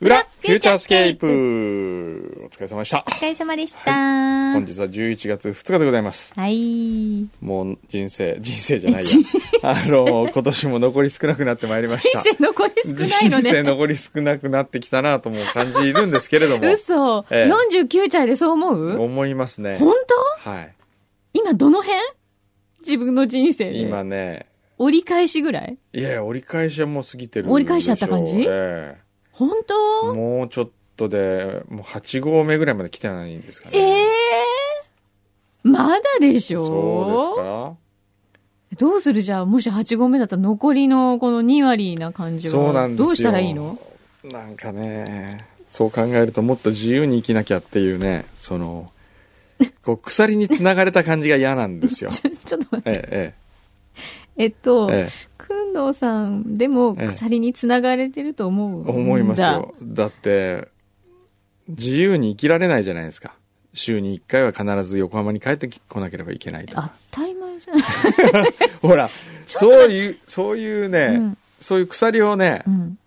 ューチャースケープお疲れ様でした。お疲れ様でした。本日は11月2日でございます。はい。もう人生、人生じゃないや。あの、今年も残り少なくなってまいりまし人た。生残り少ないの人生ね。残り少なくなってきたなとも感じるんですけれども、嘘、ええ49歳でそう思う思いますね。本当はい。今どの辺自分の人生で。今ね、折り返しぐらいいやいや折り返しはもう過ぎてるでしょう。折り返しちゃった感じえ本え当もうちょっとで、もう8合目ぐらいまで来てないんですかね。ええー、まだでしょそうですかどうするじゃあ、もし8合目だったら残りのこの2割な感じは。そうなんですよどうしたらいいの なんかね、そう考えるともっと自由に生きなきゃっていうね、その、 こう鎖につながれた感じが嫌なんですよ。 ちょちょっと待って。ええ、えっと、ええ、えくんどうさんでもええ鎖につながれてると思うんえ、だ。思いますよ。だって、自由に生きられないじゃないですか。週に1回は必ず横浜に帰ってこなければいけないと当。たり前じゃない。ほら、そういう、そういうね、うんそういう鎖をねう、ん。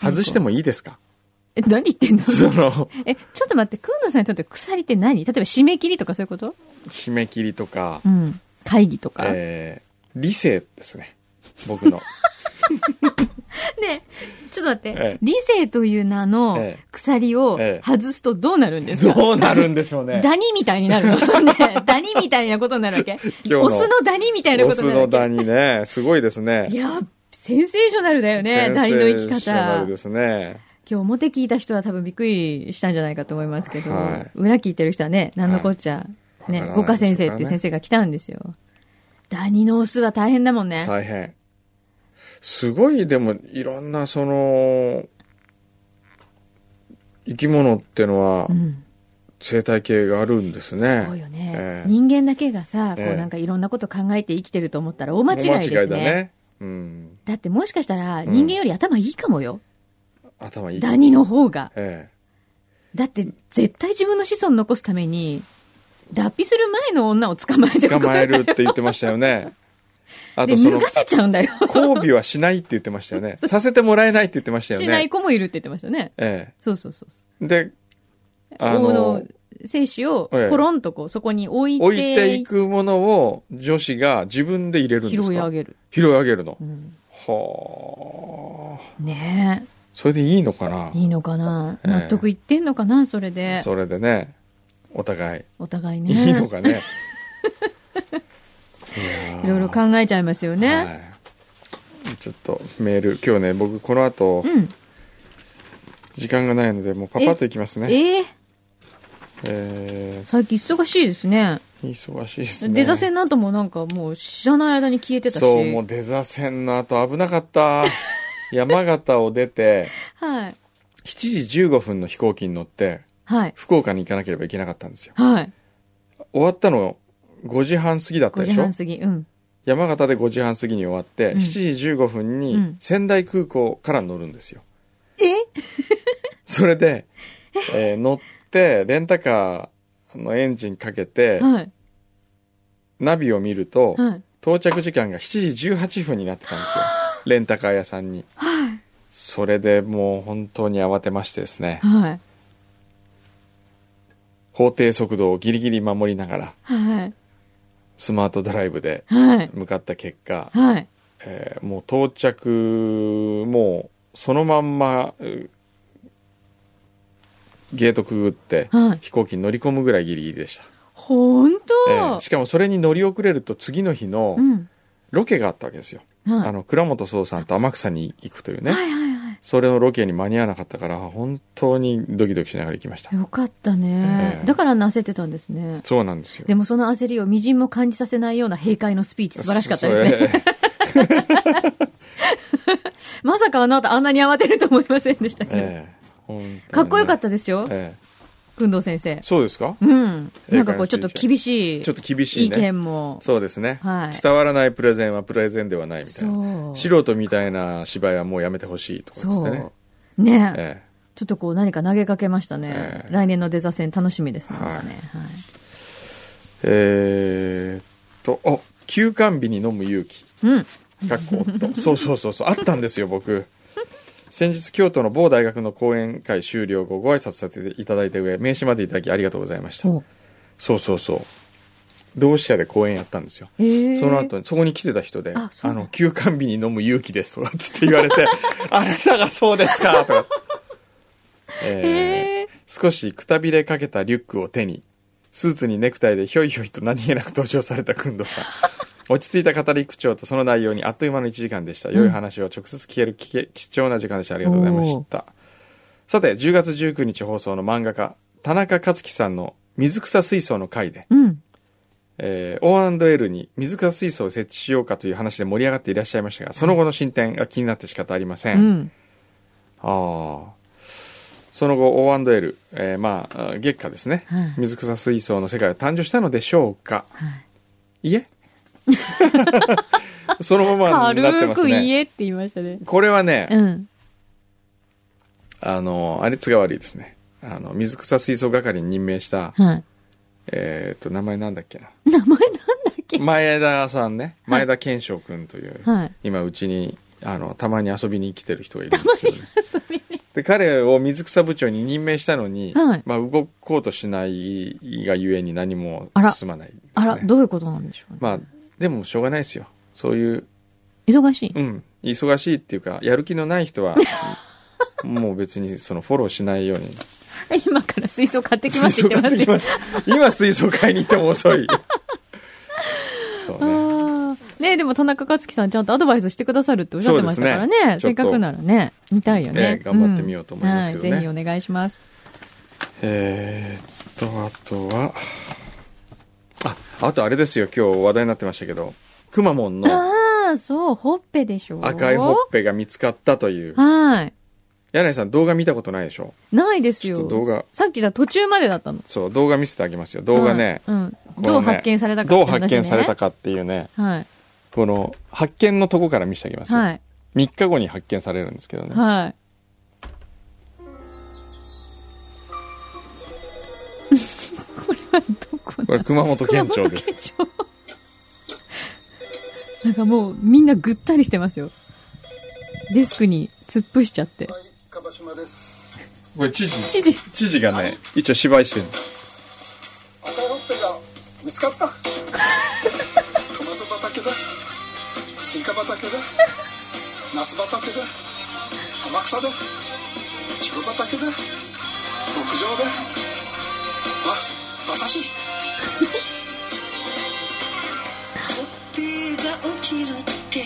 外してもいいですかえ、何 言ってんのその、え、ちょっと待って、くんどさんにとって鎖って何例えば締め切りとかそういうこと締め切りとかう、ん。会議とか。えー理性ですね。僕 の。ねえちょっと待って、ええ理性という名のええ鎖をええ外すとどうなるんですか、どうなるんでしょうね。ダニみたいに なるのねえダニみたいなことになるわけ日のオスのダニみたいなオことスになるわのけダニね。すごいですね。いや、センセーショナルだよね、ダニの生きセンセーショナ方ル。ですね。今日表聞いた人は多分びっくりしたんじゃないかと思いますけど、はい裏聞いてる人はね、なんのこっちゃ、いわねか、らない五花先生っですかてらね先生が来たんですよ。ダニのオスは大変だもんね。大変。すごい、でも、いろんな、その、生き物ってのはう、ん、生態系があるんですね。すごいよね、ええ人間だけがさ、こええうなんかいろんなこと考えて生きてると思ったら大間違いですね。間だ違いだね。うん。ってもしかしたらん人間より頭いいかもよ。頭いい。ダニ。の方が。えだって絶対自分の子孫残すために、脱皮する前の女を捕まええ。て捕まえるって言ってましたよ ね。あで、と、そ脱のが、せちゃうんだよ。交尾はしないって言ってました よね。させてもらえないって言ってましたよね。しない子もいるって言ってましたね。えそうそうそうそう。え。で、あのこの、精子をええポロンとこう、そこに置い置いてていくものを女子が自分で入れるんです拾かい上げげる。拾い上げるのう。ん、はあ。ねそれでいいのかなえ、いいのかな、ええ納得いってんのかなそれで。それでね、お互い。お互 いね。いいのかね。いろいろ考えちゃいますよえね。ちょっとメール、今日ね、僕この後、うん。時間がないので、もうパパッといきますね。えええ最近忙しいですね。ー、忙しいですね。出座線の後もなんかもう知らない間に消えてたし。そう、もう出座線の後危なか った。山形を出て、はい。 7時15分の飛行機に乗って、はい。福岡に行かなければいけなかったんですよ。はい。終わったの5時半過ぎだった5で時しょ半過ぎ。うん。山形で5時半過ぎに終わって、うん7時15分うにん仙台空港から乗るんですよ。えそれで、えー乗って、レンタカーのエンジンかけて、はい。ナビを見ると、はい。到着時間が7時18分になってたんですよ。レンタカー屋さんに。はい。それでもう本当に慌てましてですね、はい。法定速度をギリギリ守りながら、はい。スマートドライブではい。向かった結果、はい。えーもう到着もうそのまんまうゲートくぐってはい。飛行機に乗り込むぐらいギリギリでした、ほんと、えーしかもそれに乗り遅れると次の日のうん。ロケがあったわけですよ、はい。あの倉本壮さんと天草に行くというね、はいはいはい。それのロケに間に合わなかったから本当にドキドキしながら行きました、よかったね、ええだから焦ってたんですね。そうなんですよでもその焦りをみじんも感じさせないような閉会のスピーチ素晴らしかったですね。ね まさかあなたあんなに慌てると思いませんで したけど。ええ本当にねかっこよかったですよ、えくんどう先生え。そうですかうん。ええなんかこうちょっと厳しいちょっと厳しい意ね見も。そうですね、はい伝わらないプレゼンはプレゼンではないみたいなそう。素人みたいな芝居はもうやめてほしいとかですそねう。。ね、えちょっとこう何か投げかけましたねえ。え来年のデザ戦楽しみですね。はいまたねはいええーっと、あ、休館日に飲む勇気。うん。かっこおっと。そうそうそうそう、あったんですよ、僕。先日京都の某大学の講演会終了後ご挨拶させていただいた上名刺までいただきありがとうございましたおそうそうそう同志社で講演やったんですよえー、その後にそこに来てた人で「ああそうなんだの休館日に飲む勇気です」とかつって言われ て「あなたがそうですか」とか、えーへえ少しくたびれかけたリュックを手にスーツにネクタイでひょいひょいと何気なく登場された工藤 さん落ち着いた語り口調とその内容にあっという間の1時間でした、良い話を直接聞ける聞け貴重な時間でしたありがとうございましたさて10月19日放送の漫画家田中克樹さんの「水草水槽」の回でうんえー O&L に水草水槽を設置しようかという話で盛り上がっていらっしゃいましたが、その後の進展が気になって仕方ありませ。うんんあーその後 O&L、えーまああー、月下ですね、はい水草水槽の世界は誕生したのでしょうかはいい えそのままになって軽ますく言ね。えって言いましたねこれはね、うんあの、あれつが悪いですね。あの、水草水槽係に任命した、はいえっ、と、名前なんだっけな。名前なんだっけ前田さんね。はい前田健翔くんという。 はい今うちにあのたまに遊びに来てる人がいるんですけど、ね、で彼を水草部長に任命したのに、はいまあ、動こうとしないがゆえに何もあら進まないですね、あらどういうことなんでしょうねまあでもしょうがないですよそういう忙しいうん忙しいっていうかやる気のない 人はもう別にそのフォローしないように 今から水槽買ってきま水すって槽言買っっててきまますす 今水槽買いに行っても遅いそうねよ。ねえ、でも田中克樹さんちゃんとアドバイスしてくださるっておっしゃってましたからね。そうですねせっかくならね、見たいよねええ。頑張ってみようと思いますけどねうんはい、ぜひお願いします。えーっと、あとは、あ、あとあれですよ、今日話題になってましたけど、くまモンのああ、そう、ほっぺでしょ。赤いほっぺが見つかったという。はい。柳井さん動画見たことないでしょないですちょっよと。動画、さっきだ、途中までだったの。そう、動画見せてあげますよ。動画ね、はい。うん。このねどう発見されたかどうって話ね発見されたかっていうね、はい。この発見のとこから見せてあげますよ。はい。 3日後に発見されるんですけどね。はい。 これはどここれ熊本県庁です。熊本県庁なんかもうみんなぐったりしてますよデスクに突っ伏しちゃってはい、かばしまです。これ知事、知事知事がね、一応芝居してるんです赤いほっぺが見つ かった。トマト畑だ。スイカ畑だ。ナス畑だ。天草だ。いちご畑だ。牧場だ。あ、馬刺し。ほっぺが落ちるって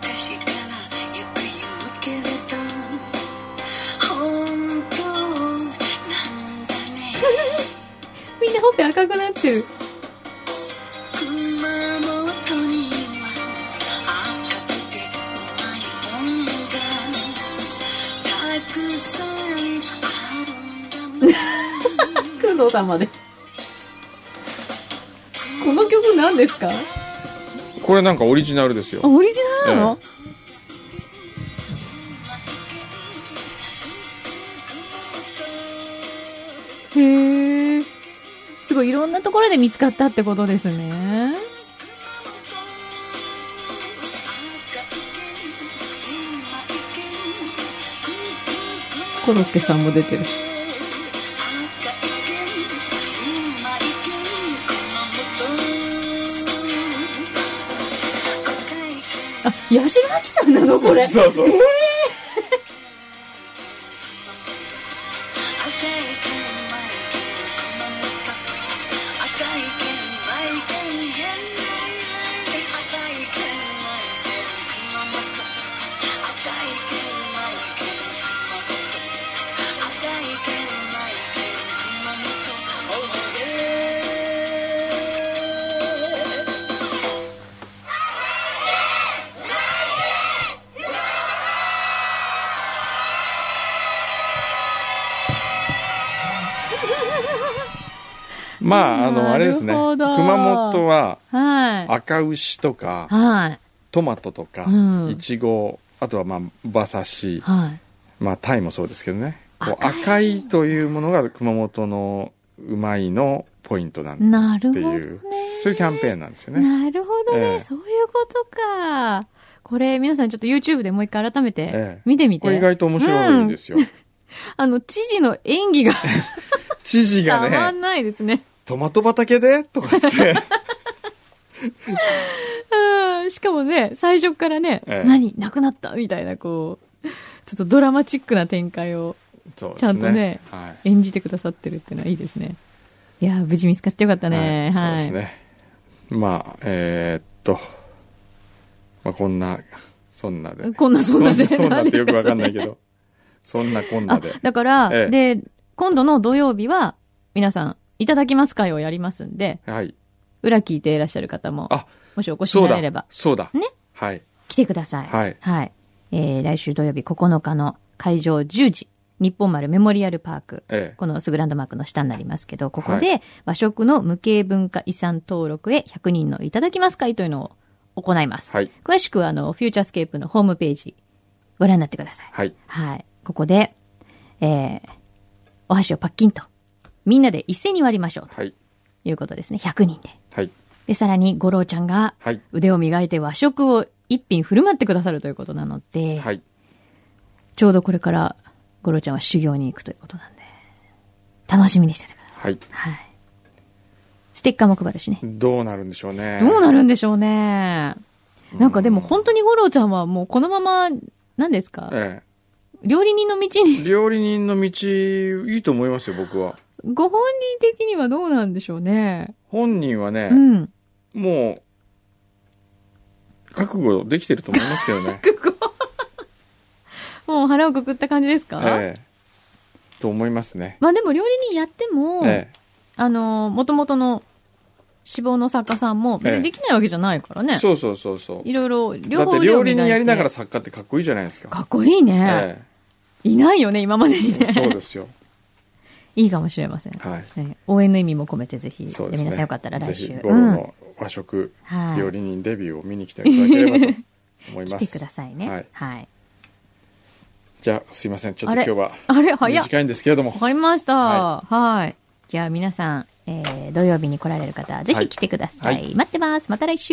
昔からよく言うけれど本当なんだねみんなほっぺ赤くなってる熊本には赤くてうまいものがたくさんあるんだね工藤さんまでこの曲何ですかあこれなんかオリジナルですよ。オリジナルなの、へえすごいいろんなところで見つかったってことですねコロッケさんも出てるあ八代亜紀さんなのこれそうそう。まあ、あなるほの、どあれですね。熊本ははい赤牛とか、はいトマトとかうんいちごあとはまあ馬刺しはいまあタイもそうですけどねこう赤い赤いというものが熊本のうまいのポイントなんでなるほどってねそういうキャンペーンなんですよねなるほどね、ええそういうことかこれ皆さんちょっと YouTube でもう一回改めえてえ見てみて。これ意外と面白いんですよ。あの、知事の演技が知事たがまね、んないですね。トマト畑でとか言って、 うんしかもね、最初からね、ええ何なくなったみたいな、こう、ちょっとドラマチックな展開をそうですちゃんとねはい。演じてくださってるっていうのはいいですね。いやー、無事見つかってよかったね。はいはい。そうですね。まあ、えーっと、まあ、こんな、そんなで。こんなそんなで。そんなってよくわかんない何ですけ それど。そんなこんなあで。、だから、えで、今度の土曜日は、皆さん、いただきます会をやりますんで、はい。裏聞いていらっしゃる方も、あ、もしお越しそにうなれれだば。、そうだ。ね。はい。来てください。はいえー来週土曜日9日の会場10時、日本丸メモリアルパーク。えこのスグランドマークの下になりますけど、ここで和食の無形文化遺産登録へ100人のいただきます会というのを行います。はい詳しくは、あの、フューチャースケープのホームページ、ご覧になってください。はい。はい。ここで、えー、お箸をパッキンと、みんなで一斉に割りましょうとはい。いうことですね。100人で。はい。で、さらに、五郎ちゃんがはい。腕を磨いて和食を一品振る舞ってくださるということなので、はい。ちょうどこれから五郎ちゃんは修行に行くということなんで、楽しみにしててください。はい。はい。ステッカーも配るしね。どうなるんでしょうね。どうなるんでしょうね。なんかでも本当に五郎ちゃんはもうこのまま、何ですか、え料理人の道にえ。料理人の道、いいと思いますよ、僕は。ご本人的にはどうなんでしょうね。本人はねう、ん。 もう、覚悟できてると思いますけど ね。もう腹をくくった感じですか、ええ。と思いますね。まあでも料理人やっても、えあの、元々の志望の作家さんも別ええにできないわけじゃないからえ。ね。そうそうそうそう。いろいろ、だ両って方料腕を磨理いて人やりながら作家ってかっこいいじゃないですか。かっこいいね、えいないよね、今までにえ、そうね。ですよ。 いいかもしれません。はい。ね応援の意味も込めてぜひ、そうですね。皆さんよかったら来ぜ週、ひ、ゴうロん、の和食はい料理人デビューを見に来ていただければと思い 来まてす。くださいね。はい。はい。じゃあ、すいません。ちょっあとれ今日はあれ、早っ。短いんですけれどもわ。かりました。ははい。じゃあ皆さん、えー、土曜日に来られる方、ぜはひい来てください。はい待ってます。また来週。